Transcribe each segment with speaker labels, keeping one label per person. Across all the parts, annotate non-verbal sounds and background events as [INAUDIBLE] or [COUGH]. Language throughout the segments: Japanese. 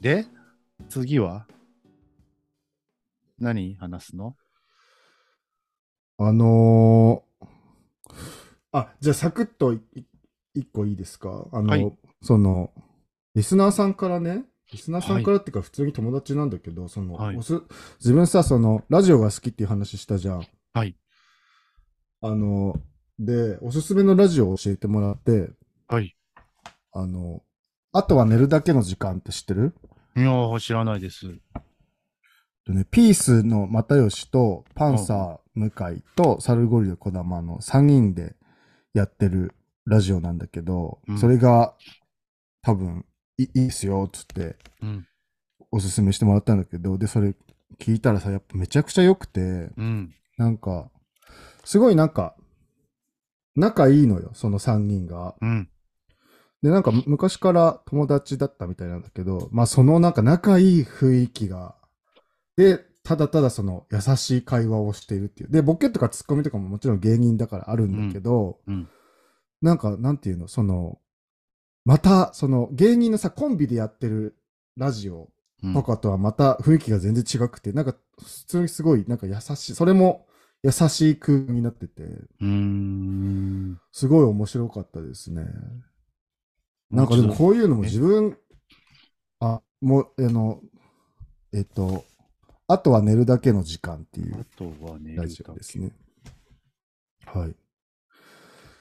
Speaker 1: で、次は何話すの
Speaker 2: あのーあ、じゃあサクッといい一個いいですかあの、
Speaker 1: はい
Speaker 2: その、リスナーさんからね、リスナーさ
Speaker 1: は
Speaker 2: ん
Speaker 1: い
Speaker 2: からっていうか普通に友達なんだけど、その、
Speaker 1: はい
Speaker 2: おす自分さ、その、ラジオが好きっていう話したじゃん。
Speaker 1: はい。
Speaker 2: あの、で、おすすめのラジオを教えてもらって、
Speaker 1: はい。
Speaker 2: あの、あとは寝るだけの時間って知ってる
Speaker 1: いやー、知らないです。
Speaker 2: でね、ピースの又吉とパンサー向井とサルゴリラ児玉の3人でやってるラジオなんだけど、
Speaker 1: うん
Speaker 2: それが多分いいいっすよっつって
Speaker 1: うん。
Speaker 2: おすすめしてもらったんだけど、で、それ聞いたらさ、やっぱめちゃくちゃ良くて、
Speaker 1: うん。
Speaker 2: なんか、すごいなんか、仲いいのよ、その3人が。
Speaker 1: うん。
Speaker 2: で、なんかむ昔から友達だったみたいなんだけど、まあそのなんか仲いい雰囲気が、で、ただただその優しい会話をしているっていう。で、ボケとかツッコミとかももちろん芸人だからあるんだけど、
Speaker 1: うんうん
Speaker 2: なんかなんていうの、その、またその芸人のさ、コンビでやってるラジオ
Speaker 1: うん
Speaker 2: とかとはまた雰囲気が全然違くて、なんか普通にすごいなんか優しい、それも優しい空気になってて、
Speaker 1: うーん。
Speaker 2: すごい面白かったですね。なんかでもこういうのも
Speaker 1: え
Speaker 2: 自分、あ、もう、あの、えっと、あとは寝るだけの時間ってい
Speaker 1: あ
Speaker 2: う
Speaker 1: とはね、
Speaker 2: ラジオですね。はい。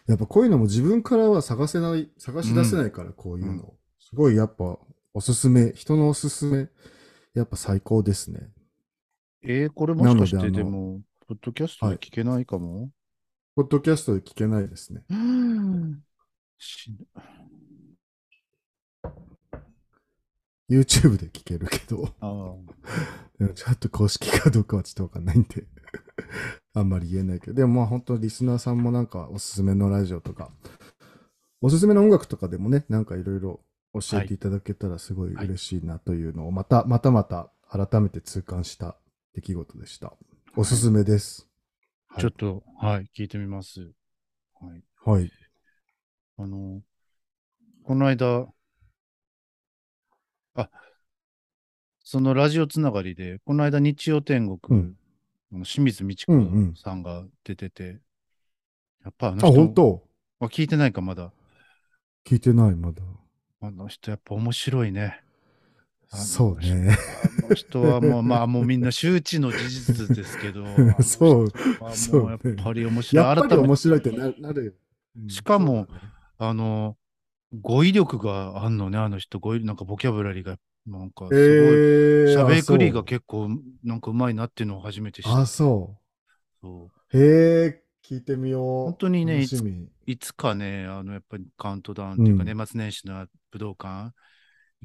Speaker 2: やっぱこういうのも自分からは探せない、探し出せないから、こういうの。
Speaker 1: うん
Speaker 2: すごいやっぱおすすめ、人のおすすめ、やっぱ最高ですね。
Speaker 1: えー、これもしかし
Speaker 2: な
Speaker 1: て
Speaker 2: ので
Speaker 1: で
Speaker 2: あの
Speaker 1: も、ポッドキャストで聞けないかも、
Speaker 2: ポッドキャストで聞けないですね。
Speaker 1: し
Speaker 2: YouTube で聞けるけど、
Speaker 1: あー
Speaker 2: でもちょっと公式かどうかはちょっとわかんないんで、 [LAUGHS] あんまり言えないけど、でもまあ本当リスナーさんもなんかおすすめのラジオとか、おすすめの音楽とかでもね、なんかいろいろ教えていただけたらすごい嬉しいなというのを、また、またまた改めて痛感した出来事でした。おすすめです。はい
Speaker 1: ちょっと、はい、聞いてみます。はい。
Speaker 2: はい。
Speaker 1: あの、この間、あ、そのラジオつながりで、この間日曜天
Speaker 2: う
Speaker 1: 国、
Speaker 2: ん。
Speaker 1: あの清水美智
Speaker 2: うんうん
Speaker 1: 子さんが出てて、やっぱあの
Speaker 2: あ、
Speaker 1: 人、
Speaker 2: 本当
Speaker 1: あ聞いてないか、まだ。
Speaker 2: 聞いてない、まだ。
Speaker 1: あの人、やっぱ面白いね。あの
Speaker 2: そうね。
Speaker 1: あの人はもう、まあもうみんな周知の事実ですけど、
Speaker 2: [LAUGHS] そう
Speaker 1: あの人
Speaker 2: そ
Speaker 1: は
Speaker 2: う
Speaker 1: もうやっぱり面白い。
Speaker 2: [LAUGHS] やっぱり
Speaker 1: 改めて
Speaker 2: 面白いってななるよ。うん
Speaker 1: しかも、あの、語彙力があんのね、あの人、語彙、なんかボキャブラリーが、なんかすご
Speaker 2: え
Speaker 1: い、しゃ
Speaker 2: ー、
Speaker 1: べくりが
Speaker 2: あ
Speaker 1: 結構、なんかうまいなっていうのを初めて知っ
Speaker 2: そうあ、
Speaker 1: た。
Speaker 2: そう。
Speaker 1: そう
Speaker 2: へえ、聞いてみよう。
Speaker 1: 本当にね
Speaker 2: 楽しみ。
Speaker 1: いつかね、あの、やっぱりカウントダウンっていうか、
Speaker 2: うん
Speaker 1: 年末年始の武道館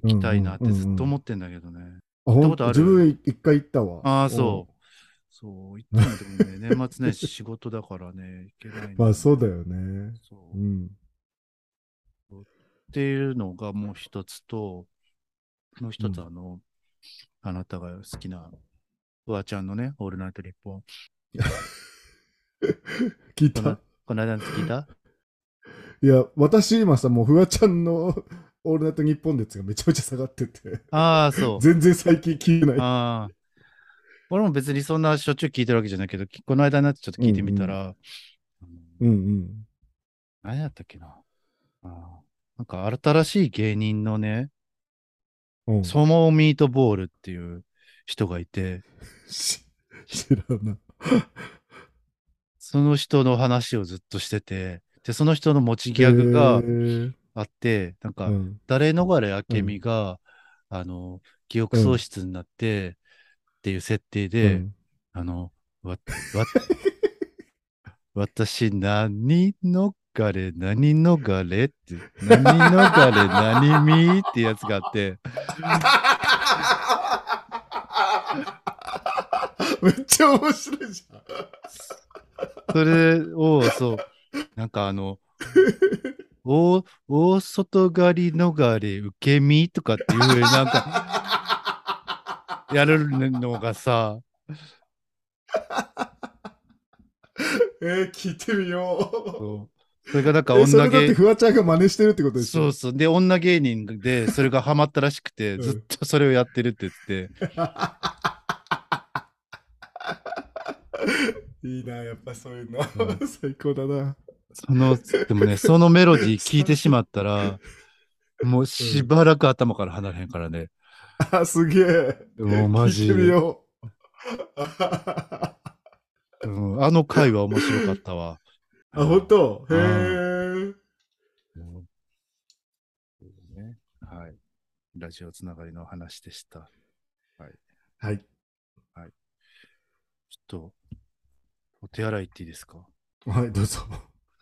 Speaker 1: 行きたいなってずっと思ってんだけどね。
Speaker 2: あ、
Speaker 1: った
Speaker 2: ほん
Speaker 1: ことある
Speaker 2: 自分一回行ったわ。
Speaker 1: ああ、そう。そう、行ったんだけどね、
Speaker 2: [LAUGHS]
Speaker 1: 年末年始仕事だからね、行けないんだ
Speaker 2: うん。ま
Speaker 1: よ
Speaker 2: あ、そうだよね。
Speaker 1: そうう。っ
Speaker 2: ん。
Speaker 1: ていうのがもう一つと、もう一つ
Speaker 2: うん
Speaker 1: あの、あなたが好きな、フワちゃんのね、オールナイト日本。
Speaker 2: 聞い
Speaker 1: この
Speaker 2: た
Speaker 1: この間の聞いた
Speaker 2: いや、私今さ、もうフワちゃんの [LAUGHS] オールナイトニッポンのやつがめちゃめちゃ下がってて、
Speaker 1: ああ、そう。
Speaker 2: 全然最近聞いてない。
Speaker 1: ああ。俺も別にそんなしょっちゅう聞いてるわけじゃないけど、きこの間になってちょっと聞いてみたら、
Speaker 2: うんうん。
Speaker 1: 何やったっけな。ああなんか新しい芸人のね、
Speaker 2: うん、
Speaker 1: ソモーミートボールっていう人がいて、
Speaker 2: し知らない。
Speaker 1: その人の話をずっとしてて、で、その人の持ちギャグが
Speaker 2: へー
Speaker 1: あって、なんか
Speaker 2: う、ん、
Speaker 1: 誰逃れ明美が、あの、記憶喪失になって、っていう設定で、 [LAUGHS]
Speaker 2: うん
Speaker 1: あの、わ、 [LAUGHS] わ、私、何逃れ、何逃れって、何逃れ、何見ってやつがあって、
Speaker 2: めっちゃ面白いじゃん。
Speaker 1: それを、そう、なんかあの、大、大外刈り逃れ、受け身とかっていう、なんか、やるのがさ、
Speaker 2: えー、聞いてみよ
Speaker 1: そうそれがなんか
Speaker 2: えそ
Speaker 1: 女
Speaker 2: れだって
Speaker 1: 芸
Speaker 2: フワちゃんが真似してるってことでし
Speaker 1: そ
Speaker 2: ょ
Speaker 1: うそう。で、女芸人で、それがハマったらしくて、
Speaker 2: うん
Speaker 1: ずっとそれをやってるって言って、
Speaker 2: いいな、やっぱそういうの。
Speaker 1: う
Speaker 2: [LAUGHS] 最高だな。
Speaker 1: その、でもね、そのメロディー聞いてしまったら、もうしばらく頭から離れへんからね。
Speaker 2: あ、すげえ。
Speaker 1: もうマジ
Speaker 2: 聞いてみ
Speaker 1: で。
Speaker 2: よ
Speaker 1: [LAUGHS]
Speaker 2: う。あ、
Speaker 1: うんあの回は面白かったわ。
Speaker 2: 本当へ
Speaker 1: う
Speaker 2: え。
Speaker 1: うんそうねはい。ラジオつながりの話でした。
Speaker 2: はい。
Speaker 1: ちょっと、お手洗い行っていいですか [LAUGHS]
Speaker 2: はい、どうぞ。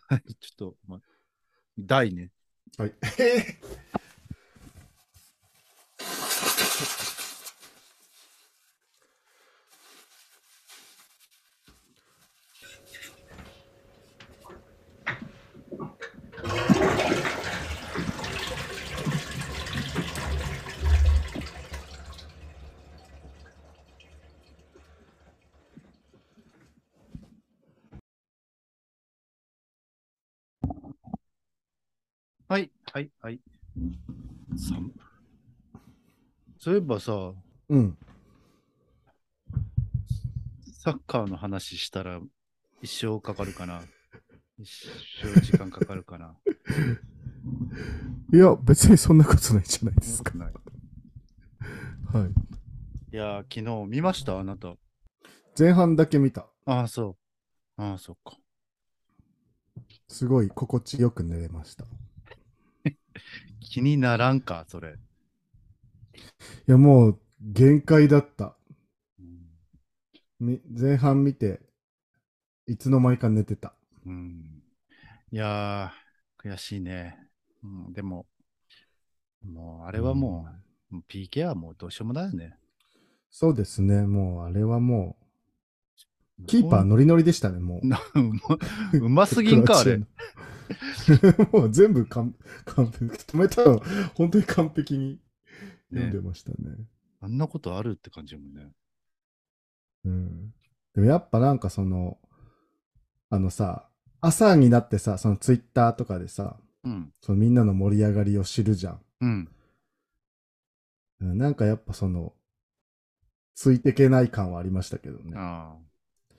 Speaker 1: はいちょっと、ま、台ね。
Speaker 2: はい。
Speaker 1: はい、はい、はい。寒そういえばさ、
Speaker 2: うん。
Speaker 1: サッカーの話したら一生かかるか
Speaker 2: [LAUGHS]
Speaker 1: な一生時間かかるかな
Speaker 2: いや、別にそんなことないじゃないですか。
Speaker 1: ない
Speaker 2: はい。
Speaker 1: いやー、昨日見ましたあなた。
Speaker 2: 前半だけ見た。
Speaker 1: ああ、そう。ああ、そっか。
Speaker 2: すごい心地よく寝れました。い
Speaker 1: 気にならんか、それ。
Speaker 2: や、もう限界だった。
Speaker 1: うん
Speaker 2: み前半見て、いつの間にか寝てた。
Speaker 1: うんいやー、悔しいね。うん、でも、もう、あれはもう、
Speaker 2: うん
Speaker 1: もう PK はもうどうしようもないよね。
Speaker 2: そうですね、もうあれはもう、キーパーノリノリでしたね、もう。
Speaker 1: なうまうますぎんか、あれ。
Speaker 2: クロアチアの。も [LAUGHS] う全部完完璧。止めたの、本当に完璧に読んでましたね。
Speaker 1: あんなことあるって感じやもんね。
Speaker 2: うん。でもやっぱなんかその、あのさ、朝になってさ、そのツイッターとかでさ、
Speaker 1: うん。
Speaker 2: そのみんなの盛り上がりを知るじゃん。
Speaker 1: うん。
Speaker 2: うんなんかやっぱその、ついてけない感はありましたけどね。
Speaker 1: ああ。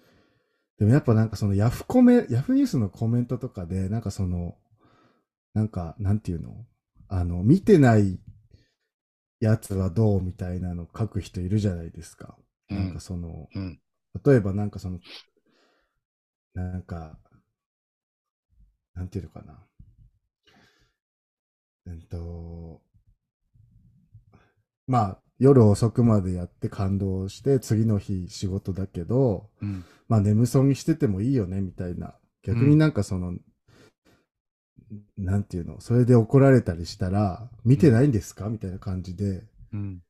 Speaker 2: でもやっぱなんかそのヤフコメ、ヤフニュースのコメントとかで、なんかその、なんか、なんていうのあの、見てないやつはどうみたいなの書く人いるじゃないですか。
Speaker 1: うん
Speaker 2: なんかその、
Speaker 1: うん
Speaker 2: 例えばなんかその、なんか、なんていうのかな。うんと、まあ、夜遅くまでやって感動して、次の日仕事だけど、
Speaker 1: うん。
Speaker 2: まあ眠そうにしててもいいよねみたいな逆
Speaker 1: う
Speaker 2: に
Speaker 1: ん
Speaker 2: なんかその、なんていうのそれで怒られたりしたら見てないんですかみたいな感じで
Speaker 1: うん。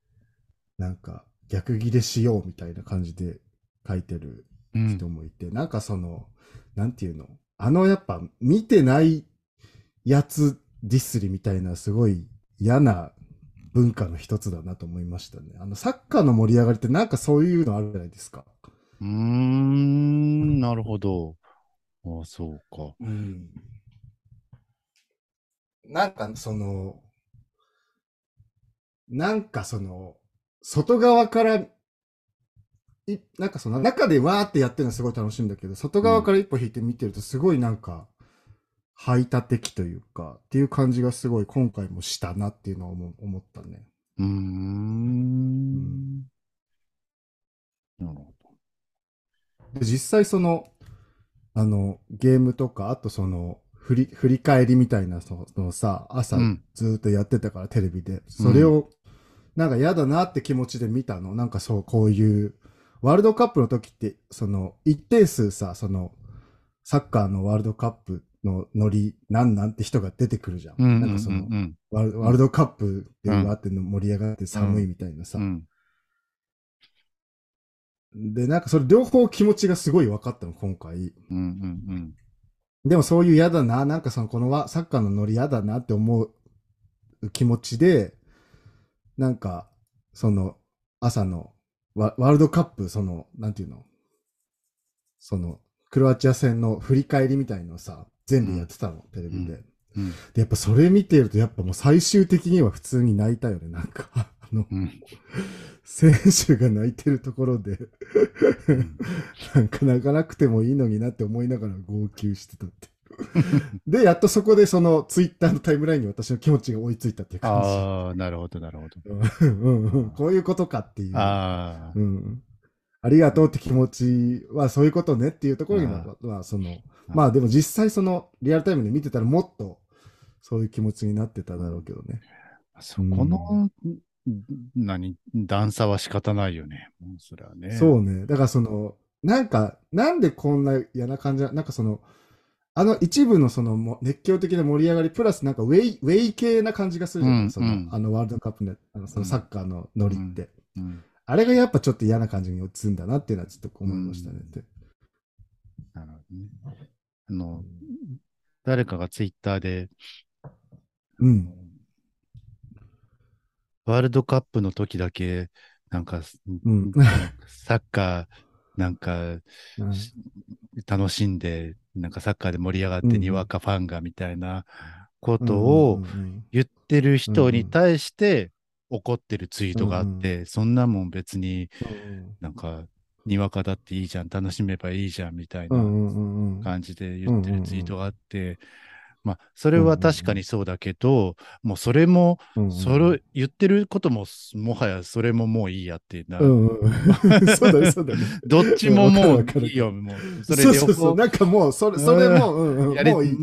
Speaker 2: なんか逆ギレしようみたいな感じで書いてる
Speaker 1: うん
Speaker 2: 人もいて、なんかそのなんていうのあのやっぱ見てないやつディスりみたいなすごい嫌な文化の一つだなと思いましたね。あのサッカーの盛り上がりってなんかそういうのあるじゃないですか。
Speaker 1: うーん、なるほど。ああ、そうか。
Speaker 2: うんなんかその、なんかその、外側から、いなんかその中でわーってやってるのはすごい楽しいんだけど、外側から一歩引いて見てるとすごいなんか、排他的というか、っていう感じがすごい今回もしたなっていうのは思思ったね。
Speaker 1: うーん。なるほ
Speaker 2: で実際その、あの、ゲームとか、あとその、振り、振り返りみたいな、そのそのさ、朝
Speaker 1: うん
Speaker 2: ずーっとやってたから、テレビで。それを、なんか嫌だなって気持ちで見たの。なんかそう、こういう、ワールドカップの時って、その、一定数さ、その、サッカーのワールドカップのノリ、なんなんって人が出てくるじゃん。
Speaker 1: ど。うん。
Speaker 2: なんかその
Speaker 1: う、ん。
Speaker 2: ワールワールドカップっていうのがあっての盛り上がって寒いみたいなさ
Speaker 1: う。ん。
Speaker 2: で、なんかそれ両方気持ちがすごい分かったの、今回。
Speaker 1: うん。うん。うん。
Speaker 2: でもそういう嫌だな、なんかそのこのわサッカーのノリ嫌だなって思う気持ちで、なんか、その、朝のワワールドカップ、その、なんていうの、その、クロアチア戦の振り返りみたいのをさ、全部やってたの、テレビで。
Speaker 1: うん
Speaker 2: で、やっぱそれ見てると、やっぱもう最終的には普通に泣いたよね、なんか。あの、
Speaker 1: うん
Speaker 2: 選手が泣いてるところで、
Speaker 1: うん
Speaker 2: なんか泣かなくてもいいのになって思いながら号泣してたっていう。で、やっとそこでそのツイッターのタイムラインに私の気持ちが追いついたっていう感じ。
Speaker 1: ああ、なるほど、なるほど。
Speaker 2: うんうんうんこういうことかっていう。
Speaker 1: ああ、
Speaker 2: うん、ありがとうって気持ちはそういうことねっていうところには、まあそのまあでも実際そのリアルタイムで見てたらもっとそういう気持ちになってただろうけどね。
Speaker 1: そこの、ん何、段差は仕方ないよね。もうそれはね。
Speaker 2: そうね。だからそのなんかなんでこんな嫌な感じななんかそのあの一部のそのも熱狂的な盛り上がりプラスなんかウェイウェイ系な感じがするじゃない、
Speaker 1: うん
Speaker 2: その
Speaker 1: うん
Speaker 2: あのワールドカップのあのそのサッカーのノリって。
Speaker 1: うん。
Speaker 2: あれがやっぱちょっと嫌な感じに落ちるんだなっていうのはちょっと思いましたねって。
Speaker 1: なるほどね。あの、誰かがツイッターで、
Speaker 2: うん。
Speaker 1: ワールドカップの時だけ、なんか、
Speaker 2: うん。
Speaker 1: サッカー、なんか、
Speaker 2: うん
Speaker 1: し楽しんで、なんかサッカーで盛り上がって、
Speaker 2: うんうん
Speaker 1: にわかファンがみたいなことを
Speaker 2: うんうんうん
Speaker 1: 言ってる人に対して怒ってるツイートがあって、そんなもん別になんか、にわかだっていいじゃん、楽しめばいいじゃんみたい
Speaker 2: うんう
Speaker 1: なん
Speaker 2: うんうん
Speaker 1: 感じで言ってるツイートがあって、まあ、それは確かにそうだけど、もうそれも、
Speaker 2: うん
Speaker 1: それ、言ってることも、もはやそれももういいやってな、
Speaker 2: うんうん、 [LAUGHS] そうだね、そうだね。
Speaker 1: どっちも
Speaker 2: わ
Speaker 1: も
Speaker 2: かるわか
Speaker 1: う
Speaker 2: る
Speaker 1: いいよ、もう。
Speaker 2: そ
Speaker 1: それ
Speaker 2: う
Speaker 1: で
Speaker 2: そうそう、なんかもう、それ、それもう、うんうん、もういい。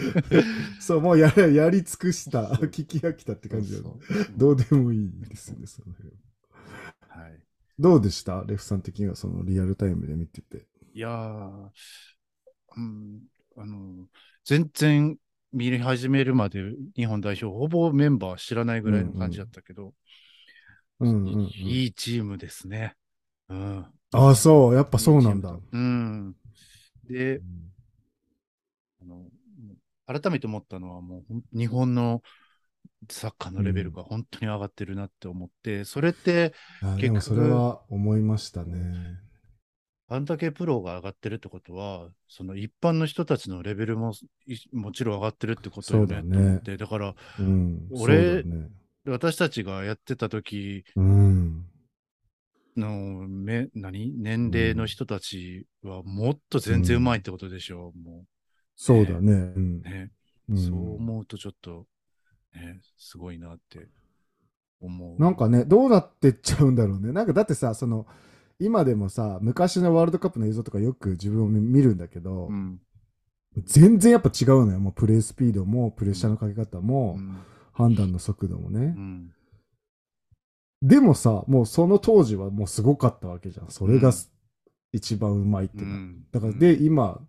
Speaker 2: [LAUGHS] そう、もうややり尽くした、
Speaker 1: そう
Speaker 2: 聞き飽きたって感じだよね。
Speaker 1: ど
Speaker 2: ど
Speaker 1: う
Speaker 2: うでもいいですね、その辺
Speaker 1: はい、
Speaker 2: どうでしたレフさん的には、そのリアルタイムで見てて。
Speaker 1: いやー、うん、あの、全然見始めるまで日本代表、ほぼメンバー知らないぐらいの感じだったけど、
Speaker 2: うんうん、うん。
Speaker 1: いいチームですね。うん。
Speaker 2: ああ、そう、やっぱそうなんだ。
Speaker 1: いいチームうん。で、あの、もう改めて思ったのは、もうほん日本のサッカーのレベルが本当に上がってるなって思って、それって、結
Speaker 2: あ
Speaker 1: 局
Speaker 2: でもそれは思いましたね。
Speaker 1: あんだけプロが上がってるってことは、その一般の人たちのレベルもいもちろん上がってるってことよね
Speaker 2: そう
Speaker 1: と
Speaker 2: だね
Speaker 1: 思って、だから
Speaker 2: うん。
Speaker 1: 俺
Speaker 2: そうだね、
Speaker 1: 私たちがやってた時
Speaker 2: うん。
Speaker 1: のめ何年齢の人たちはもっと全然うまいってことでしょう、も
Speaker 2: そうだね。うん
Speaker 1: う。ね、
Speaker 2: うん
Speaker 1: そう思うとちょっと、ね、すごいなって思う。
Speaker 2: なんかね、どうなってっちゃうんだろうね。なんかだってさ、その、今でもさ、昔のワールドカップの映像とかよく自分を見見るんだけど、
Speaker 1: うん、
Speaker 2: 全然やっぱ違うのよ。もうプレースピードも、プレッシャーのかけ方も、
Speaker 1: うん、
Speaker 2: 判断の速度もね
Speaker 1: う、ん、
Speaker 2: でもさ、もうその当時はもうすごかったわけじゃん。それ
Speaker 1: うん
Speaker 2: がす、一番うまいって
Speaker 1: う
Speaker 2: な。
Speaker 1: ん
Speaker 2: だからで、、今、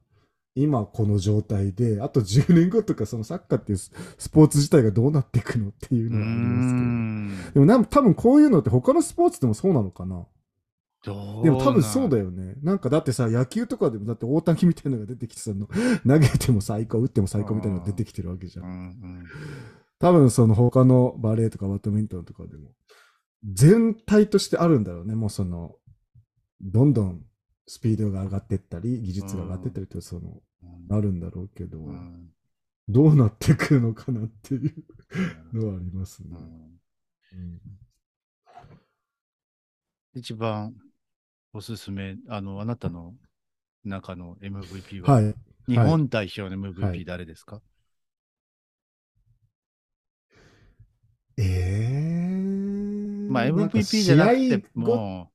Speaker 2: 今この状態で、あと10年後とかそのサッカーっていうススポーツ自体がどうなっていくのってい
Speaker 1: う
Speaker 2: うのはあります
Speaker 1: ん、
Speaker 2: けど。でもなん多分こういうのって他のスポーツでもそうなのかなでも多分そうだ
Speaker 1: よ。
Speaker 2: よね。なんかだってさ、野球とかでもだって大谷みたいなのが出てきてさ、の投げても最高、打っても最高みたいなのが出てきてるわけじゃ
Speaker 1: うん
Speaker 2: ん。
Speaker 1: うん
Speaker 2: 多分その他のバレエとかバドミントンとかでも、全体としてあるんだろうね。もうその、どんどんスピードが上がってったり、技術が上がってったりって、その、あるんだろうけど、
Speaker 1: うん
Speaker 2: どうなってくるのかなっていう
Speaker 1: うん
Speaker 2: のはありますね
Speaker 1: う。ん一番おすすめ、あの、あなたの中の MVP は、
Speaker 2: はい。
Speaker 1: 日本代表の MVP、
Speaker 2: はい
Speaker 1: 誰ですか
Speaker 2: ええ
Speaker 1: まあ MVP じゃなくて、もう、好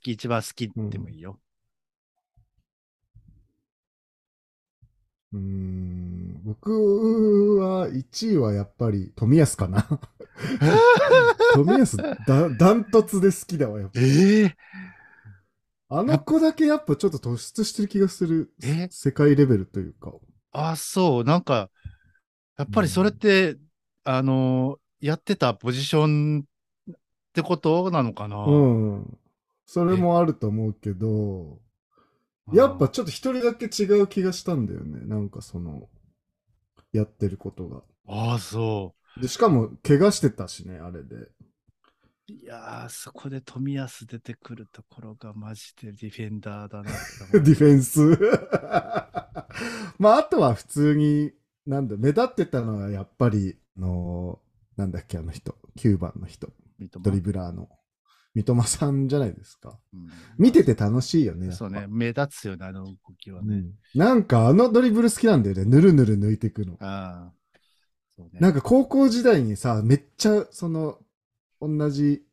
Speaker 1: き、一番好きでもいいよ。
Speaker 2: うーん僕は1位はやっぱり富安かな。富安だ、ダントツで好きだわ、やっ
Speaker 1: [LAUGHS]
Speaker 2: ぱ。
Speaker 1: ええ
Speaker 2: あの子だけやっぱちょっと突出してる気がする。
Speaker 1: え
Speaker 2: 世界レベルというか。
Speaker 1: あ、そう、なんか、やっぱりそれって、あの、やってたポジションってことなのかな、
Speaker 2: うん。それもあると思うけど、やっぱちょっと一人だけ違う気がしたんだよね。なんかその、やってることが。
Speaker 1: ああ、そ
Speaker 2: でしかも、怪我してたしね、あれで。
Speaker 1: う。いやー、そこで富安出 [LAUGHS]
Speaker 2: [LAUGHS]
Speaker 1: てくるところがマジでディフェンダーだなって思う
Speaker 2: ディフェンス。まあ、あとは普通に、なんだ、目立ってたのはやっぱり、あのなんだっけ、あの人、9番の人、
Speaker 1: 三笘
Speaker 2: ドリブラーの、三笘さんじゃないですか。
Speaker 1: うん
Speaker 2: 見てて楽しいよね。やっぱ
Speaker 1: そうね、。目立つよね、あの動きは
Speaker 2: う
Speaker 1: ね。
Speaker 2: んなんかあのドリブル好きなんだよね。ぬるぬる抜いていくの。
Speaker 1: ああ。そうね。
Speaker 2: なんか高校時代にさ、めっちゃその、同じ、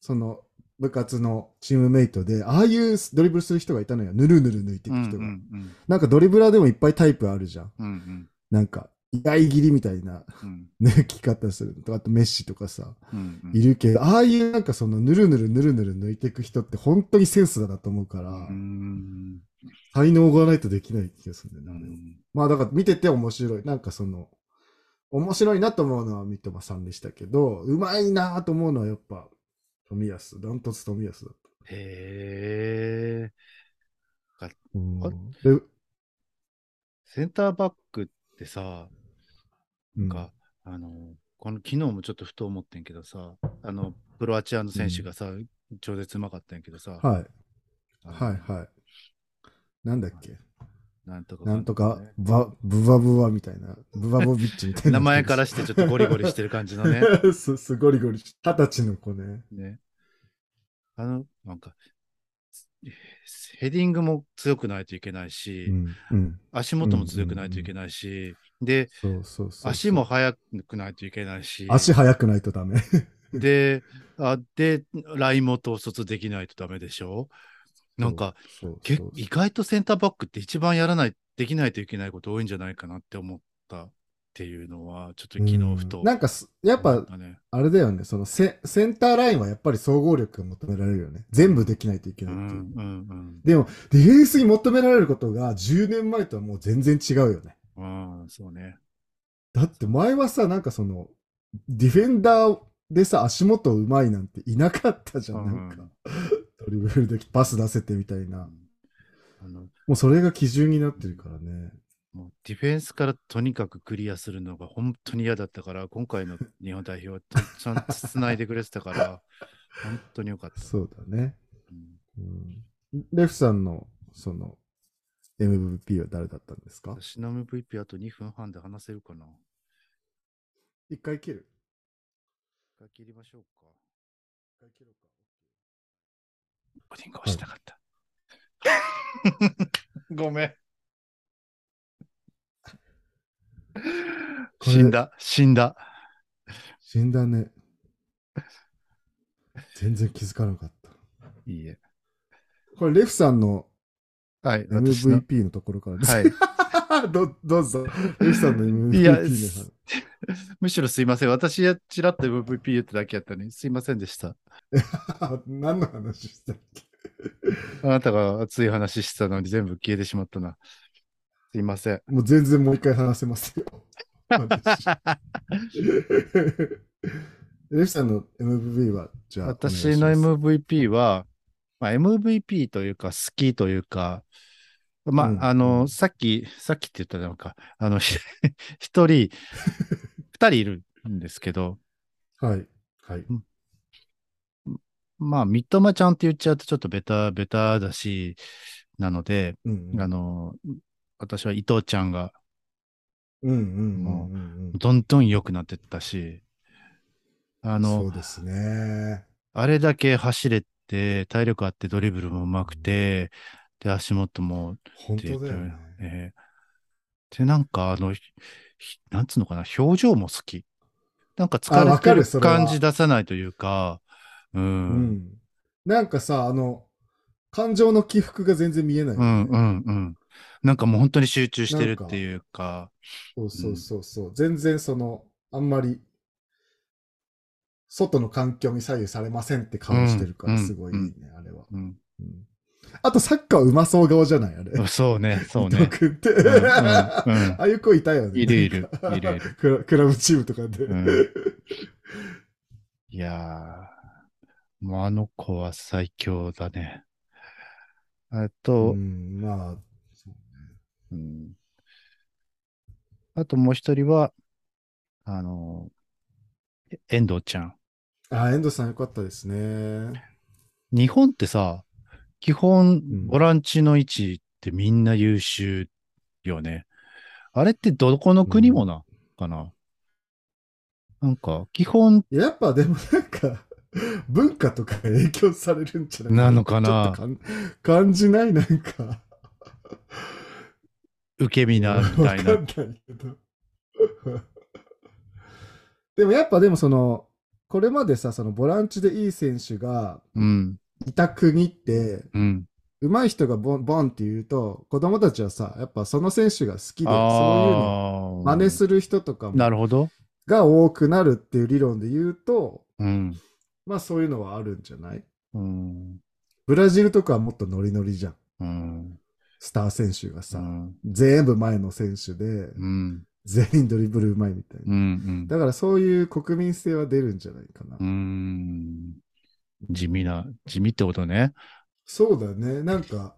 Speaker 2: その、部活のチームメイトで、ああいうドリブルする人がいたのよ。ぬるぬる抜いてい
Speaker 1: うんうん
Speaker 2: く人
Speaker 1: う
Speaker 2: が。
Speaker 1: ん
Speaker 2: なんかドリブラーでもいっぱいタイプあるじゃん。
Speaker 1: うんうん
Speaker 2: なんか、意外切りみたいな [LAUGHS]
Speaker 1: うん
Speaker 2: 抜き方するとか、あとメッシとかさ、
Speaker 1: うんうん
Speaker 2: いるけど、ああいうなんかそのぬるぬるぬるぬる抜いていく人って本当にセンスだなと思うから、
Speaker 1: うん
Speaker 2: 才能がないとできない気がするん
Speaker 1: う
Speaker 2: だよね。
Speaker 1: ん
Speaker 2: まあだから見てて面白い。なんかその、面白いなと思うのは三笘さんでしたけど、うまいなと思うのはやっぱ、富安、ダントツ富安だった。
Speaker 1: へえ。
Speaker 2: うん
Speaker 1: あ
Speaker 2: で
Speaker 1: センターバックってさ、
Speaker 2: う
Speaker 1: なん
Speaker 2: ん
Speaker 1: か、あの、この昨日もちょっとふと思ってんけどさ、あの、クロアチアの選手がさ、超絶うまかったんやけどさ、
Speaker 2: はい、
Speaker 1: あの
Speaker 2: はい、はい。なんだっけ
Speaker 1: なんとか
Speaker 2: なんとか
Speaker 1: ね、
Speaker 2: ば、ブバブバみたいな、ブバボビッチみたいな。
Speaker 1: 名前から
Speaker 2: [LAUGHS]
Speaker 1: してちょっとゴリゴリしてる感じのね。
Speaker 2: ね。す、す、ゴリゴリし。二十歳の子ね。
Speaker 1: ね。あの、なんか、ヘディングも強くないといけないし、
Speaker 2: うん、うん。
Speaker 1: 足元も強くないといけないし、で、
Speaker 2: そうそうそう。
Speaker 1: 足も。速くないといけないし、
Speaker 2: 足速くないとダメ。
Speaker 1: で、あで、ラインも統率できないとダメでしょなんか、
Speaker 2: そうそう
Speaker 1: け
Speaker 2: そう、
Speaker 1: 意外とセンターバックって一番やらない、できないといけないこと多いんじゃないかなって思ったっていうのは、ちょっと昨日ふと
Speaker 2: うん。なんかす、やっぱ、
Speaker 1: ね、
Speaker 2: あれだよね、そのセセンターラインはやっぱり総合力が求められるよね。全部できないといけ
Speaker 1: う
Speaker 2: ないっていう。
Speaker 1: んうん
Speaker 2: でも、ディフェンスに求められることが10年前とはもう全然違うよね。
Speaker 1: うん。うん、そうね。
Speaker 2: だって前はさ、なんかその、ディフェンダーでさ、足元うまいなんていなかったじゃん。なんか、ドリブルでパス出せてみたいな。
Speaker 1: あの
Speaker 2: もうそれが基準になってるからね。
Speaker 1: もうディフェンスからとにかくクリアするのが本当に嫌だったから、今回の日本代表はとちゃんとつないでくれてた
Speaker 2: [LAUGHS]
Speaker 1: から、本当によかった。
Speaker 2: そうだね。
Speaker 1: うん
Speaker 2: うん、レフさんの、その、MVP は誰だったんですか
Speaker 1: 私の MVP あと2分半で話せるかな
Speaker 2: 一回切る。
Speaker 1: 一回切りましょうか。
Speaker 2: 一回切ろうか。
Speaker 1: オーディングをしなかった。 [LAUGHS] ごめん。
Speaker 2: これ
Speaker 1: 死んだ、死んだ。
Speaker 2: 死んだね。全然気づかなかった。
Speaker 1: いいえ。
Speaker 2: これ、レフさんの
Speaker 1: はい、私の。
Speaker 2: MVP のところからです。
Speaker 1: はい。
Speaker 2: [LAUGHS] どどうぞ。レフさんの MVP
Speaker 1: いや
Speaker 2: の話
Speaker 1: むしろすいません。私やちらっと MVP 言っただけやったのに、すいませんでした。
Speaker 2: [LAUGHS] 何の話したっけ
Speaker 1: あなたが熱い話してたのに全部消えてしまったな。すいません。
Speaker 2: もう全然もう一回話
Speaker 1: [LAUGHS]
Speaker 2: せますよ。私レフさんの MVP は、じゃあ。
Speaker 1: 私の
Speaker 2: お願いします
Speaker 1: MVP は、まあ、MVP というか、好きというか、まあ、
Speaker 2: うん
Speaker 1: あ
Speaker 2: う
Speaker 1: の、
Speaker 2: ん
Speaker 1: さっき、さっきって言ったらなんか、あの、ひ [LAUGHS] 一
Speaker 2: [LAUGHS]
Speaker 1: 人、二人いるんですけど、
Speaker 2: はい。はい。
Speaker 1: まあ、三笘ちゃんって言っちゃうとちょっとベタ、ベタだし、なので、
Speaker 2: うんうん
Speaker 1: あの、私は伊藤ちゃんが
Speaker 2: うんうんうんうんうん。
Speaker 1: どんどん良くなってったし、あの、
Speaker 2: そうですね。
Speaker 1: あれだけ走れて、体力あってドリブルもうまくて、で、足元も
Speaker 2: 本
Speaker 1: っていう
Speaker 2: 当だよね。
Speaker 1: えーで、なんかあの、ひひなんつうのかな、表情も好き。なんか
Speaker 2: あわ
Speaker 1: 疲
Speaker 2: か
Speaker 1: れ
Speaker 2: る
Speaker 1: て
Speaker 2: そ
Speaker 1: る
Speaker 2: れは
Speaker 1: 感じ出さないというか、う、
Speaker 2: うんんなんかさ、あの、感情の起伏が全然見えない、
Speaker 1: うん、うん、うん。なんかもう本当に集中してるっていうか、
Speaker 2: そうそうそうそう。全然その、あんまり、外の環境に左右されませんって顔してるから、
Speaker 1: うん
Speaker 2: すごいいいね、あれは、
Speaker 1: うん、
Speaker 2: うんあと、サッカーうまそう顔じゃないあれ。
Speaker 1: そう
Speaker 2: [LAUGHS]
Speaker 1: ね、そう
Speaker 2: 伊
Speaker 1: ね
Speaker 2: 藤。君って。
Speaker 1: うんうんうん
Speaker 2: あ [LAUGHS] あいう子いたよね。
Speaker 1: いる
Speaker 2: [LAUGHS]
Speaker 1: いる
Speaker 2: なんか
Speaker 1: いるいる
Speaker 2: クラ。クラブチームとかで。
Speaker 1: うんいやー、もうあの子は最強だね。あと、
Speaker 2: うんまあ、そう
Speaker 1: うんあともう一人は、あの、え遠藤ちゃん。
Speaker 2: あ、遠藤さんよかったですね。
Speaker 1: 日本ってさ、基本
Speaker 2: ん、
Speaker 1: ボランチの位置ってみんな優秀よね。あれってどこの国もな、かな。なんか、基本、
Speaker 2: やっぱでもなんか、文化とか影響されるんじゃない
Speaker 1: なのかな
Speaker 2: ちょっと感感じないなんか。
Speaker 1: 受け身な、みたいな
Speaker 2: わ。かんないけど。 [LAUGHS] でもやっぱでもその、これまでさ、そのボランチでいい選手が
Speaker 1: うん、
Speaker 2: いた国って、
Speaker 1: うん。
Speaker 2: 上手い人がボンボンって言うと、子供たちはさ、やっぱその選手が好きで、そういうの
Speaker 1: ああ。
Speaker 2: 真似する人とかも
Speaker 1: なるほど。
Speaker 2: が多くなるっていう理論で言うと、
Speaker 1: うん。
Speaker 2: まあそういうのはあるんじゃない
Speaker 1: うん。
Speaker 2: ブラジルとかはもっとノリノリじゃん。
Speaker 1: うん。
Speaker 2: スター選手がさ、
Speaker 1: うん。
Speaker 2: 全部前の選手で、
Speaker 1: うん。
Speaker 2: 全員ドリブルうまいみたいな。
Speaker 1: うん。
Speaker 2: だからそういう国民性は出るんじゃないかな。
Speaker 1: うん。地味な、地味ってことね。
Speaker 2: そうだね。なんか、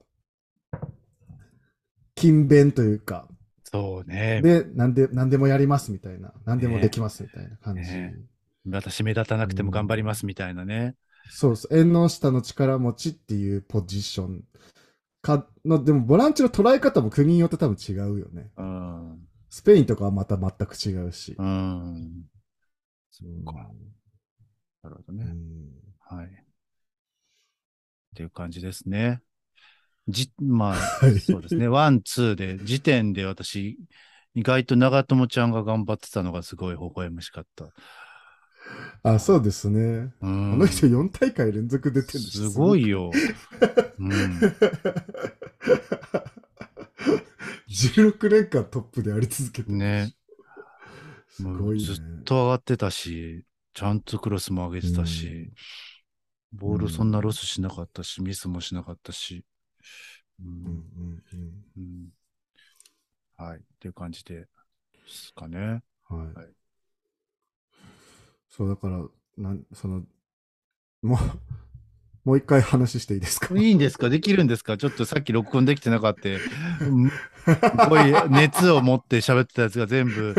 Speaker 2: 勤勉というか、
Speaker 1: そうね。
Speaker 2: で、なんで、なんでもやりますみたいな。なんでもできますみたいな感じ。
Speaker 1: ね私目立たなくても頑張りますみたいなね。
Speaker 2: そうそう。縁の下の力持ちっていうポジションかの、でもボランチの捉え方も国によって多分違うよね。
Speaker 1: うん。
Speaker 2: スペインとかはまた全く違うし
Speaker 1: う。ん。そ
Speaker 2: うん
Speaker 1: うか。なるほど
Speaker 2: う
Speaker 1: ね。
Speaker 2: ん
Speaker 1: はい。っていう感じですね。じ、ま [LAUGHS] あ、
Speaker 2: はい
Speaker 1: そうですね。ワン、ツーで、時点で私、意外と長友ちゃんが頑張ってたのがすごい微笑ましかった。
Speaker 2: あ、そうですね。
Speaker 1: う
Speaker 2: こ
Speaker 1: ん。
Speaker 2: の人4大会連続出てるんです
Speaker 1: ご
Speaker 2: [LAUGHS]
Speaker 1: い。よ。うん。
Speaker 2: 16年間トップであり続けてる
Speaker 1: ね。
Speaker 2: すごいね。
Speaker 1: ずっと上がってたし、ちゃんとクロスも上げてたし、ボールそんなロスしなかったし、ミスもしなかったし。う
Speaker 2: うんんうん
Speaker 1: うんはい。っていう感じで、すかね。
Speaker 2: うんはい
Speaker 1: はい
Speaker 2: そう、だから、なんその、もう、 [LAUGHS] もう一回話していいですか
Speaker 1: いいんですかできるんですかちょっとさっき録音できてなかった。うんすごい熱を持って喋ってたやつが全部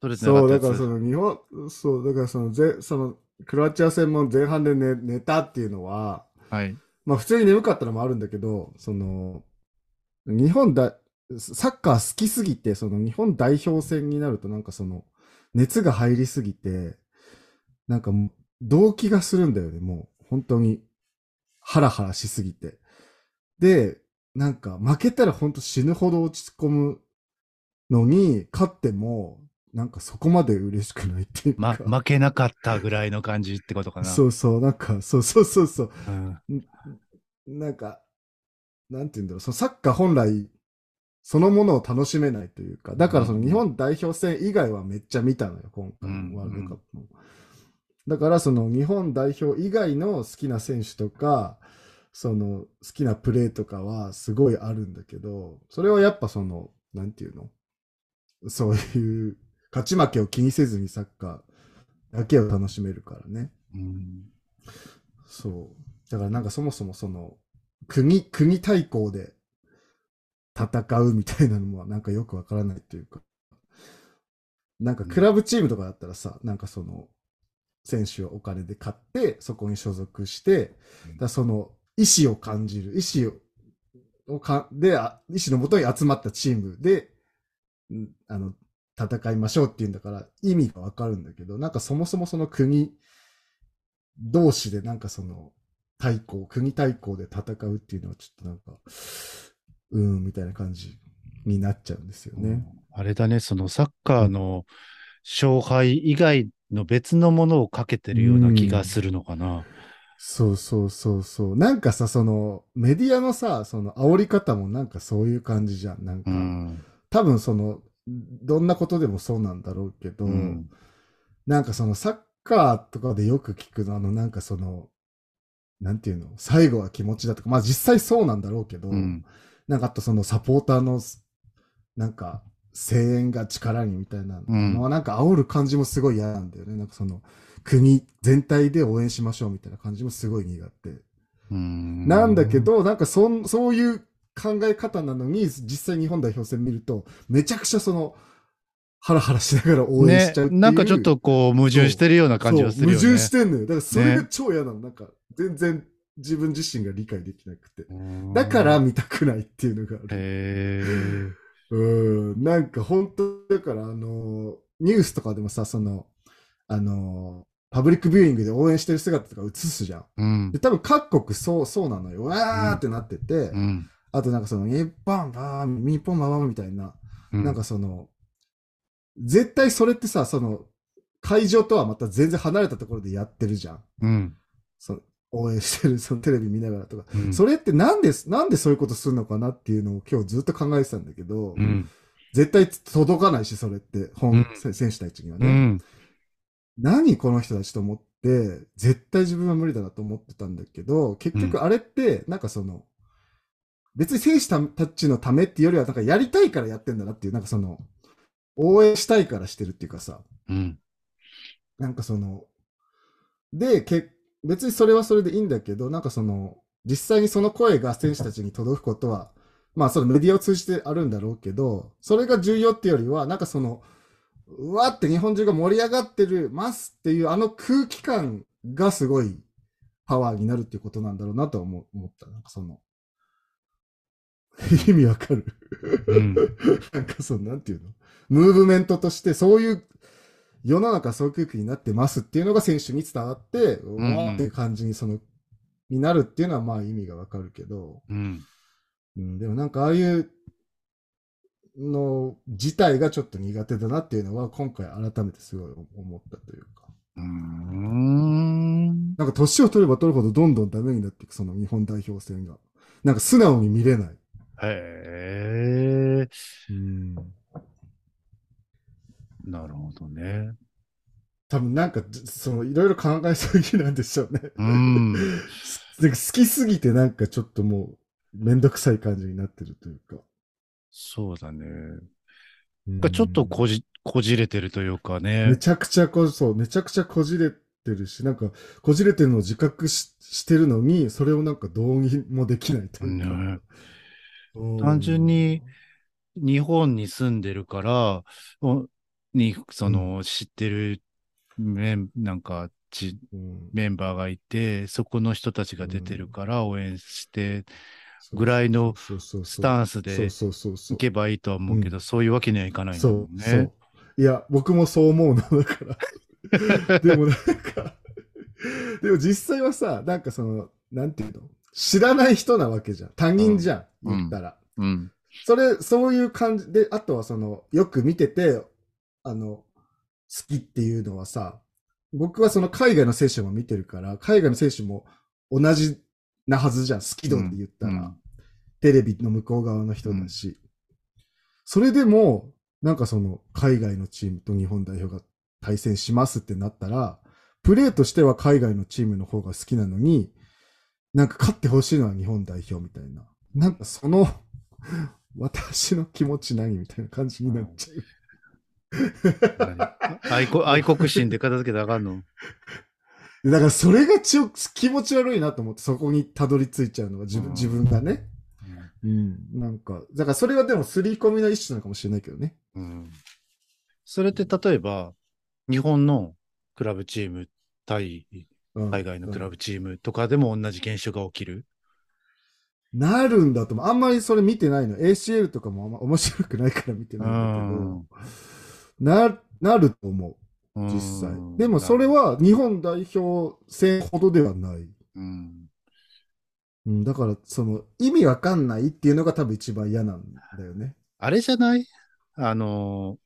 Speaker 1: 取れてなかった
Speaker 2: [LAUGHS] そう、だ
Speaker 1: や
Speaker 2: からそ
Speaker 1: つ。
Speaker 2: の日本、そう、だからそのぜ、その、クロアチア戦も前半で寝寝たっていうのは、
Speaker 1: はい。
Speaker 2: まあ普通に眠かったのもあるんだけど、その、日本だ、サッカー好きすぎて、その日本代表戦になるとなんかその、熱が入りすぎて、なんかもう動悸がするんだよね、もう。本当に。ハラハラしすぎて。で、なんか負けたら本当死ぬほど落ち込むのに、勝っても、なんかそこまで嬉しくないっていうか。
Speaker 1: ま、負けなかったぐらいの感じってことかな。
Speaker 2: そうそう、なんか、そうそうそうそう。
Speaker 1: うん
Speaker 2: なんか、なんて言うんだろう、そのサッカー本来、そのものを楽しめないというか、だからその日本代表戦以外はめっちゃ見たのよ、今回
Speaker 1: うん
Speaker 2: のワールドカップも。だからその日本代表以外の好きな選手とか、その好きなプレーとかはすごいあるんだけど、それはやっぱその、なんていうのそういう勝ち負けを気にせずにサッカーだけを楽しめるからね。
Speaker 1: うん
Speaker 2: そう。だからなんかそもそもその、国、国対抗で戦うみたいなのもなんかよくわからないっていうか、なんかクラブチームとかだったらさ、なんかその、選手をお金で買って、そこに所属して、
Speaker 1: うん
Speaker 2: だからその、意思を感じる、意思を、をかで、あ意思のもとに集まったチームで、んあの、戦いましょうっていうんだから、意味がわかるんだけど、なんかそもそもその国同士でなんかその、対抗、国対抗で戦うっていうのはちょっとなんか、うーん、みたいな感じになっちゃうんですよね。
Speaker 1: あれだね、そのサッカーの勝敗以外の別のものをかけてるような気がするのかな。
Speaker 2: そうそうそうそう。なんかさ、その、メディアのさ、その、煽り方もなんかそういう感じじゃん。なん
Speaker 1: う
Speaker 2: か、
Speaker 1: ん。
Speaker 2: 多分その、どんなことでもそうなんだろうけど、
Speaker 1: うん
Speaker 2: なんかそのサッカーとかでよく聞くの、あの、なんかその、なんていうの、最後は気持ちだとか、まあ実際そうなんだろうけど、
Speaker 1: うん。
Speaker 2: なんかあとそのサポーターのす、なんか、声援が力にみたいなのは、なんか煽る感じもすごい嫌なんだよね。なんかその、国全体で応援しましょうみたいな感じもすごい苦手。
Speaker 1: うん
Speaker 2: なんだけ、ど、なんかそん、そういう考え方なのに、実際日本代表戦見ると、めちゃくちゃその、ハラハラしながら応援し
Speaker 1: ね
Speaker 2: ちゃうっていう、、
Speaker 1: なんかちょっとこう矛盾してるような感じがするよね。
Speaker 2: そう矛盾してんのよ。だからそれ
Speaker 1: ね
Speaker 2: が超嫌なの。なんか、全然自分自身が理解できなくて。
Speaker 1: うん
Speaker 2: だから、見たくないっていうのがある。
Speaker 1: へー
Speaker 2: うん、なんか本当、だからあの、ニュースとかでもさ、その、あの、パブリックビューイングで応援してる姿とか映すじゃん。
Speaker 1: うん
Speaker 2: で、。多分各国そう、そうなのよ。わーってなってて、
Speaker 1: うん。
Speaker 2: あとなんかその、日本、バーン、日本、バーンみたいな、なんかその、絶対それってさ、その、会場とはまた全然離れたところでやってるじゃん。
Speaker 1: うん、
Speaker 2: その応援してる、 [LAUGHS] そのテレビ見ながらとか。
Speaker 1: うん。
Speaker 2: それってなんで、なんでそういうことするのかなっていうのを今日ずっと考えてたんだけど、
Speaker 1: うん。
Speaker 2: 絶対届かないし、それって、本、
Speaker 1: うん
Speaker 2: せ選手たちには
Speaker 1: う
Speaker 2: ね。
Speaker 1: ん。
Speaker 2: 何この人たちと思って、絶対自分は無理だなと思ってたんだけど、結
Speaker 1: う
Speaker 2: 局あれって、なんかその、別に選手たちのためっていうよりは、なんかやりたいからやってんだなっていう、なんかその、応援したいからしてるっていうかさ、
Speaker 1: うん。
Speaker 2: なんかその、で、け別にそれはそれでいいんだけど、なんかその、実際にその声が選手たちに届くことは、まあそのメディアを通じてあるんだろうけど、それが重要っていうよりは、なんかその、うわって日本中が盛り上がってるますっていうあの空気感がすごいパワーになるっていうことなんだろうなとは思思った。なんかその、 [LAUGHS] 意味わかる
Speaker 1: うん。
Speaker 2: なんかそのなんていうのムーブメントとしてそういう世の中そういう空気になってますっていうのが選手に伝わって、うわ
Speaker 1: ん
Speaker 2: ーっていう感じにそのになるっていうのはまあ意味がわかるけど、
Speaker 1: うん。
Speaker 2: うん、でもなんかああいうの自体がちょっと苦手だなっていうのは今回改めてすごい思ったというか。
Speaker 1: うん。
Speaker 2: なんか年を取れば取るほどどんどんダメになっていくその日本代表戦が。なんか素直に見れない。
Speaker 1: へえ。
Speaker 2: うん
Speaker 1: なるほどね。
Speaker 2: 多分なんかそのいろいろ考えすぎなんでしょうね。
Speaker 1: うん。
Speaker 2: [LAUGHS] なんか好きすぎてなんかちょっともうめんどくさい感じになってるというか。
Speaker 1: そうだね。ちょっとこじ、こじれてるというか
Speaker 2: め
Speaker 1: ね。
Speaker 2: ちゃくちゃこそう、めちゃくちゃこじれてるし、なんかこじれてるのを自覚ししてるのに、それをなんかどうにもできないというか。
Speaker 1: ね
Speaker 2: うん
Speaker 1: 単純に、日本に住んでるから、おに、その、知ってるメン、なんか、ち、
Speaker 2: うん
Speaker 1: メンバーがいて、そこの人たちが出てるから応援して、ぐ
Speaker 2: い
Speaker 1: らいのス
Speaker 2: ス
Speaker 1: タンス
Speaker 2: そ
Speaker 1: で
Speaker 2: うそうそうそ
Speaker 1: 行
Speaker 2: う
Speaker 1: けばいいとは思うけど、そういうわけにはいかないんだ
Speaker 2: そ
Speaker 1: もん
Speaker 2: うそ
Speaker 1: ね
Speaker 2: う。。いや、僕もそう思うのだから。でもなんか、でも実際はさ、なんかその、なんていうの知らない人なわけじゃん。他人じゃん、
Speaker 1: うん
Speaker 2: 言ったら。
Speaker 1: うん。
Speaker 2: それ、そういう感じで、あとはその、よく見てて、あの、好きっていうのはさ、僕はその海外の選手も見てるから、海外の選手も同じなはずじゃん、好き度って言ったら、
Speaker 1: うんうん
Speaker 2: テレビの向こう側の人だし、それでも、なんかその、海外のチームと日本代表が対戦しますってなったら、プレーとしては海外のチームの方が好きなのに、なんか勝ってほしいのは日本代表みたいな。なんかその、 [LAUGHS] 私の気持ち何みたいな感じになっちゃう。
Speaker 1: 愛国愛国心で片付けたらあかんの。
Speaker 2: だからそれがちょ気持ち悪いなと思って、そこにたどり着いちゃうのが自
Speaker 1: うん
Speaker 2: 分自分がね。うん。なんか、だからそれはでも刷り込みの一種なのかもしれないけどね。
Speaker 1: うんそれって例えば、日本のクラブチーム対
Speaker 2: うん
Speaker 1: 海外のクラブチームとかでも同じ現象が起きる。
Speaker 2: なるんだと思う。あんまりそれ見てないの。ACL とかもあんま面白くないから見てないんだけど、な、なると思
Speaker 1: う
Speaker 2: う、
Speaker 1: ん
Speaker 2: 実際。でもそれ、は日本代表戦ほどではない。
Speaker 1: うん
Speaker 2: うん、だから、その、意味わかんないっていうのが多分一番嫌なんだよね。
Speaker 1: あれじゃないあのー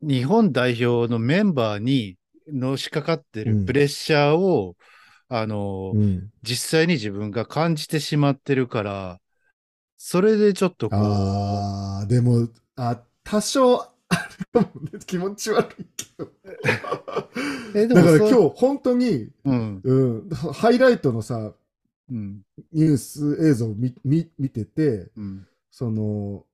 Speaker 1: 日本代表のメンバーにのしかかって
Speaker 2: う
Speaker 1: る
Speaker 2: ん
Speaker 1: プレッシャーを、あのー
Speaker 2: うん。
Speaker 1: 実際に自分が感じてしまってるから、それでちょっとこう、
Speaker 2: あー、でも、あ、多少、あれかもね、気持ち悪いけ [LAUGHS] ど。
Speaker 1: えでも
Speaker 2: だから
Speaker 1: そう
Speaker 2: 今日、本当に、
Speaker 1: うん、
Speaker 2: うん、ハイライトのさ、
Speaker 1: うん、
Speaker 2: ニュース映像を見見見てて、
Speaker 1: うん、
Speaker 2: その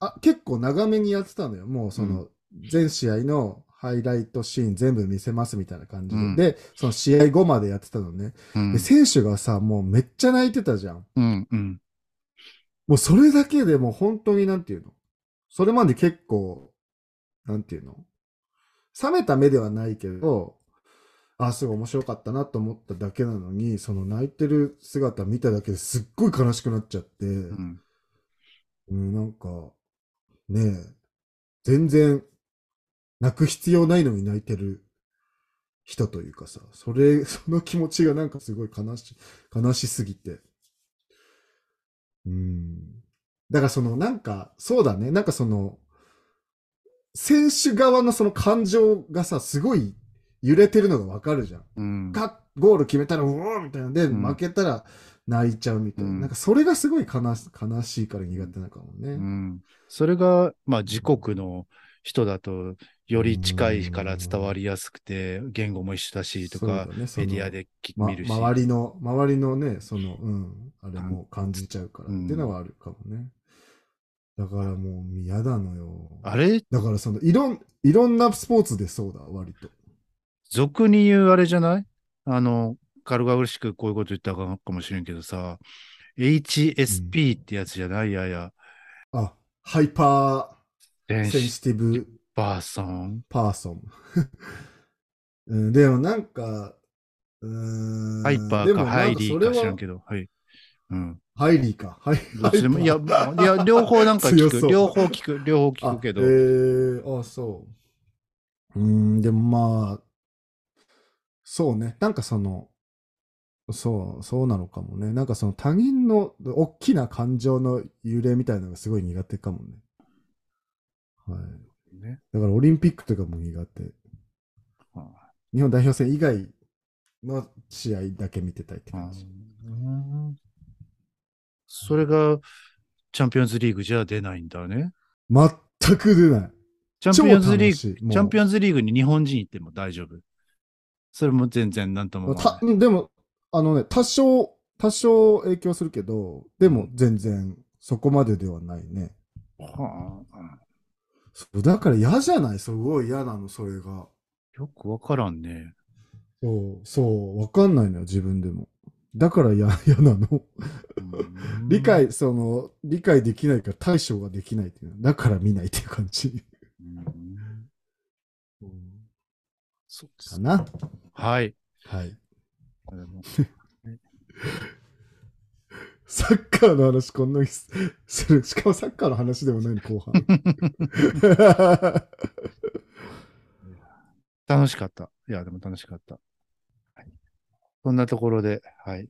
Speaker 2: あ結構長めにやってたのよもうその、全試合のハイライトシーン全部見せますみたいな感じで、
Speaker 1: うん
Speaker 2: でその試合後までやってたのね、
Speaker 1: うん
Speaker 2: で、選手がさもうめっちゃ泣いてたじゃん
Speaker 1: うん、うん、
Speaker 2: もうそれだけでもう本当になんていうのそれまで結構なんていうの冷めた目ではないけどあすごい面白かったなと思っただけなのにその泣いてる姿見ただけですっごい悲しくなっちゃって、
Speaker 1: うん。
Speaker 2: うん、なんか、ねえ、全然、泣く必要ないのに泣いてる人というかさ、それ、 [LAUGHS] その気持ちがなんかすごい悲し、悲しすぎて。うん。だからその、なんか、そうだね、なんかその、選手側のその感情がさ、すごい揺れてるのがわかるじゃん。
Speaker 1: うん。
Speaker 2: かゴール決めたらうおーみたいなで、
Speaker 1: うん
Speaker 2: 負けたら泣いちゃうみたいな、
Speaker 1: うん
Speaker 2: なんかそれがすごい悲し悲しいから苦手なのかも
Speaker 1: う
Speaker 2: ね、
Speaker 1: ん、それが、まあ、自国の人だと、より近いから伝わりやすくて、言語も一緒だしと
Speaker 2: そうだ
Speaker 1: か、
Speaker 2: ねそ
Speaker 1: メ
Speaker 2: の
Speaker 1: ディアでき
Speaker 2: ま
Speaker 1: 見るし。
Speaker 2: 周りの周りのねそのうんあれも感じちゃうから、
Speaker 1: うん
Speaker 2: っていうのはあるかもねだからもう嫌なのよ
Speaker 1: あれ、
Speaker 2: だからそのいろんいろんなスポーツでそうだ割と
Speaker 1: 俗に言うあれじゃないあの、軽々しくこういうこと言ったらあかんかもしれんけどさ、HSP ってやつじゃない、いやいや、
Speaker 2: あハイパ
Speaker 1: セ
Speaker 2: ー
Speaker 1: ン
Speaker 2: セン
Speaker 1: シ
Speaker 2: シティブ
Speaker 1: バーソン。
Speaker 2: パーソン。 [LAUGHS] うん、でもなんか、うーん。
Speaker 1: ハイパ
Speaker 2: で
Speaker 1: ーか
Speaker 2: もなん
Speaker 1: ハイリーか
Speaker 2: そ
Speaker 1: 知
Speaker 2: れ
Speaker 1: ら
Speaker 2: は
Speaker 1: んけど、はい。うん。
Speaker 2: ハイリーか。ハイ
Speaker 1: どっちでも、いや、
Speaker 2: ハイパー
Speaker 1: いや、両方なんか聞
Speaker 2: 強
Speaker 1: く
Speaker 2: そ。う
Speaker 1: 両方聞く、両方聞くけど。
Speaker 2: あえー、あ、そう。うーん、でもまあ、そうね。なんかその、そう、そうなのかもね。なんかその他人の大きな感情の揺れみたいなのがすごい苦手かもね。はい。
Speaker 1: ね
Speaker 2: だからオリンピックとかも苦手。日本代表戦以外の試合だけ見てたいって感
Speaker 1: う
Speaker 2: じ。
Speaker 1: んそれがチャンピオンズリーグじゃ出ないんだね。
Speaker 2: 全く出ない。
Speaker 1: チャンピオンズリーグ、
Speaker 2: ーグ
Speaker 1: チャンピオ
Speaker 2: ン
Speaker 1: ンズリーグに日本人行っても大丈夫。それも全然なんとも思わ
Speaker 2: た
Speaker 1: ない。
Speaker 2: でも、あのね、多少、多少影響するけど、でも全然そこまでではないね。
Speaker 1: はあ
Speaker 2: そうだから嫌じゃないすごい嫌なの、それが。
Speaker 1: よくわからんね。 [LAUGHS]
Speaker 2: そう、そう、わかんないのよ、自分でも。だから嫌、 [LAUGHS] 嫌なの。
Speaker 1: うん
Speaker 2: 理解、その、理解できないから対処ができないっていうのだから見ないっていう感じ。
Speaker 1: うんそうで
Speaker 2: か
Speaker 1: す
Speaker 2: な。
Speaker 1: はい。
Speaker 2: はい。
Speaker 1: あの
Speaker 2: サッカーの話こんなにすする。しかもサッカーの話でもないの、後半。
Speaker 1: 楽しかった。いや、でも楽しかった。はいそんなところで、はい。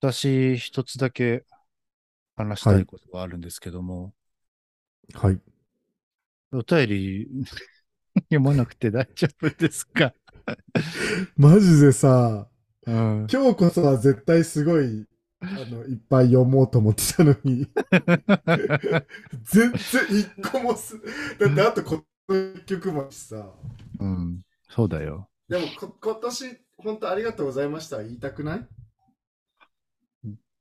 Speaker 1: 私、一つだけ話したいことがあるんですけども、
Speaker 2: [LAUGHS] はい。
Speaker 1: お便り [LAUGHS] 読まなくて大丈夫ですか、
Speaker 2: マジでさ、
Speaker 1: うん、
Speaker 2: 今日こそは絶対すごい、あの、いっぱい読もうと思ってたのに、全然一個もす、だってあとこの曲もあるしさ、
Speaker 1: うん。そうだよ。
Speaker 2: でもこ今年、本当ありがとうございました。言いたくない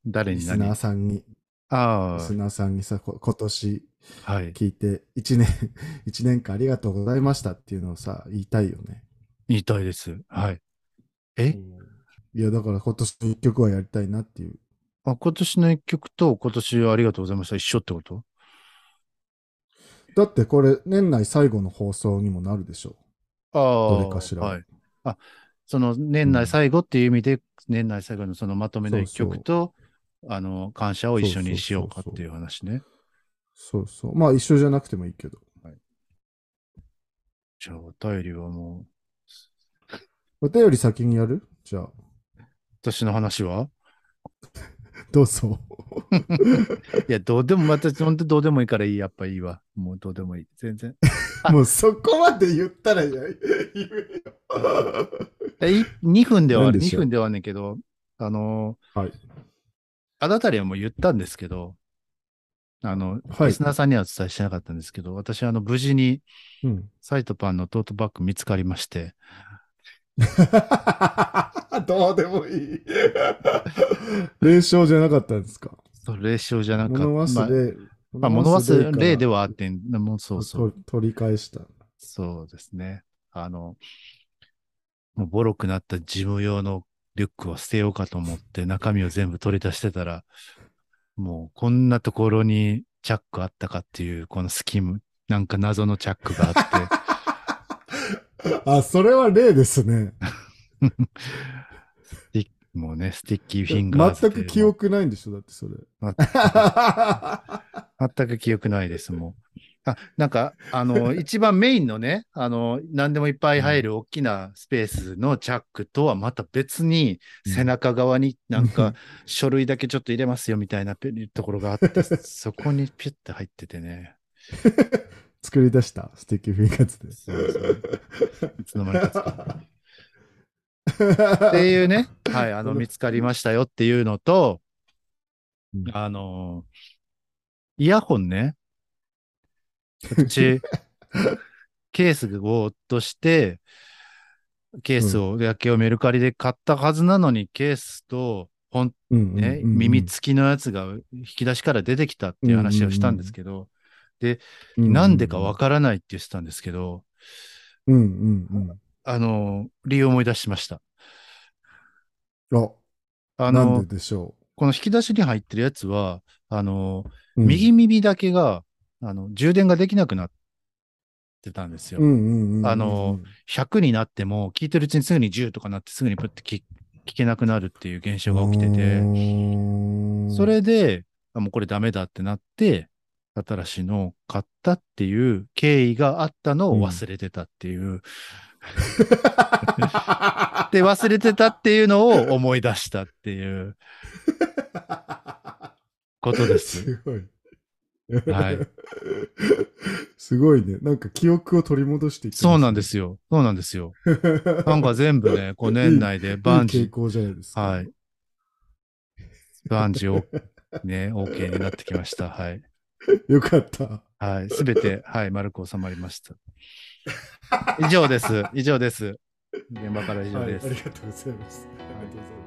Speaker 1: 誰
Speaker 2: リ
Speaker 1: に
Speaker 2: スナ
Speaker 1: 何
Speaker 2: ー
Speaker 1: あ
Speaker 2: さんに、リ
Speaker 1: あ
Speaker 2: ス、ナーさんにさ、こ今年
Speaker 1: はい。
Speaker 2: 聞いて、1年、 [LAUGHS] 一年間ありがとうございましたっていうのをさ、言いたいよね。
Speaker 1: 言いたいです。はい。え
Speaker 2: いや、だから今年1曲はやりたいなっていう。
Speaker 1: あ今年の一曲と今年ありがとうございました。一緒ってこと
Speaker 2: だってこれ、年内最後の放送にもなるでしょ
Speaker 1: ああ。
Speaker 2: どれかしら
Speaker 1: はい。あ、その年
Speaker 2: う
Speaker 1: 内
Speaker 2: ん
Speaker 1: 最後っていう意味で、年内最後のそのまとめの一曲と、あの、感謝を一緒にしようかっていう話ね。
Speaker 2: そうそう。まあ一緒じゃなくてもいいけど。
Speaker 1: じゃあ、お便りはもう、
Speaker 2: お便り先にやるじ
Speaker 1: [LAUGHS]
Speaker 2: ゃあ、
Speaker 1: 私の話は
Speaker 2: どうぞ。
Speaker 1: いや、どうでも、私、本当どうでもいいからいい、やっぱいいわ。もうどうでもいい。全然。
Speaker 2: [LAUGHS] もうそこまで言ったらや、 [LAUGHS] 言え
Speaker 1: [LAUGHS] え
Speaker 2: よ。
Speaker 1: い2分では、
Speaker 2: 何でし
Speaker 1: 2
Speaker 2: ょう
Speaker 1: 分ではねんけど、あのー、
Speaker 2: はい。
Speaker 1: あなたにはもう言ったんですけど、あの、
Speaker 2: はい
Speaker 1: リスナーさんにはお伝えしてなかったんですけど、私、あの、無事に [LAUGHS]
Speaker 2: うん。
Speaker 1: サイトパンのトートバッグ見つかりまして、
Speaker 2: どうでもいい。 [LAUGHS] 連勝じゃなかったんですか
Speaker 1: それ、賞じゃなかった。
Speaker 2: 物忘れ。
Speaker 1: まあ、物忘れ、例で
Speaker 2: は
Speaker 1: はあってん、もうそうそう。
Speaker 2: 取り返した。
Speaker 1: そうですね。あの、もうボロくなった事務用のリュックは捨てようかと思って中身を全部取り出してたら、もうこんなところにチャックあったかっていう、このスキム、なんか謎のチャックがあって、
Speaker 2: あ、それは例ですね。
Speaker 1: スティックもうね、スティッキーフィンガーズ
Speaker 2: 全
Speaker 1: って
Speaker 2: く記憶ないんでしょだってそれ。
Speaker 1: 全く記憶ないです、もう。あ、なんか、あ
Speaker 2: [LAUGHS]
Speaker 1: の、一番メインのね、あの、何でもいっぱい入る大きなスペースのチャックとはまた別に、
Speaker 2: うん
Speaker 1: 背中側になん
Speaker 2: [LAUGHS]
Speaker 1: か、書類だけちょっと入れますよみたいなペところがあ
Speaker 2: [LAUGHS]
Speaker 1: って、そこにピュッて入っててね、
Speaker 2: 作り出したスティッキーフィンガーズで
Speaker 1: そうそういつの間にか使ってるっ
Speaker 2: す。
Speaker 1: ていうね、はい、あの、見つかりましたよっていうのと
Speaker 2: うん、
Speaker 1: あの、イヤホンね。うち、ケースを落として、ケースを、だけをメルカリで買ったはずなのに、ケースと、ほん
Speaker 2: [LAUGHS] うんうんうんうん
Speaker 1: ね、耳付きのやつが引き出しから出てきたっていう話をしたんですけど、なんでかわからないって言ってたんですけど、
Speaker 2: うんうん
Speaker 1: あの、理由を思い出しました。
Speaker 2: うん。
Speaker 1: あ
Speaker 2: あ、な
Speaker 1: の
Speaker 2: ん、ででしょ
Speaker 1: この引き出しに入ってるやつは、あの、
Speaker 2: う。うん
Speaker 1: 右耳だけが、あの、充電ができなくなってたんですよ。
Speaker 2: うんうんうん。
Speaker 1: あの、100になっても、聞いてるうちにすぐに10とかなって、すぐにプッて聞聞けなくなるっていう現象が起きてて、、そ、
Speaker 2: [LAUGHS]
Speaker 1: れで、あもうこれダメだってなって、新しいのを買ったっていう経緯があったのを忘れてたっていう。で、忘れてたっていうのを思い出したっていうこと
Speaker 2: [LAUGHS]
Speaker 1: です。
Speaker 2: すごい。
Speaker 1: はい。
Speaker 2: [LAUGHS] すごいね。なんか記憶を取り戻していきますね
Speaker 1: そうなんで。すよ。そうなんですよ。な
Speaker 2: [LAUGHS] なん
Speaker 1: か全部ね、5年内でバンジ
Speaker 2: い
Speaker 1: ー
Speaker 2: い傾向じゃないですか。
Speaker 1: はい。バンジーを、ね、OK になってきました。はい。
Speaker 2: よかった。
Speaker 1: はい。すべて、はい、丸く収まりました。以上です。以上です。現場から以上
Speaker 2: はいあ
Speaker 1: で
Speaker 2: り
Speaker 1: す
Speaker 2: がとう。ございます。ありがとうございます。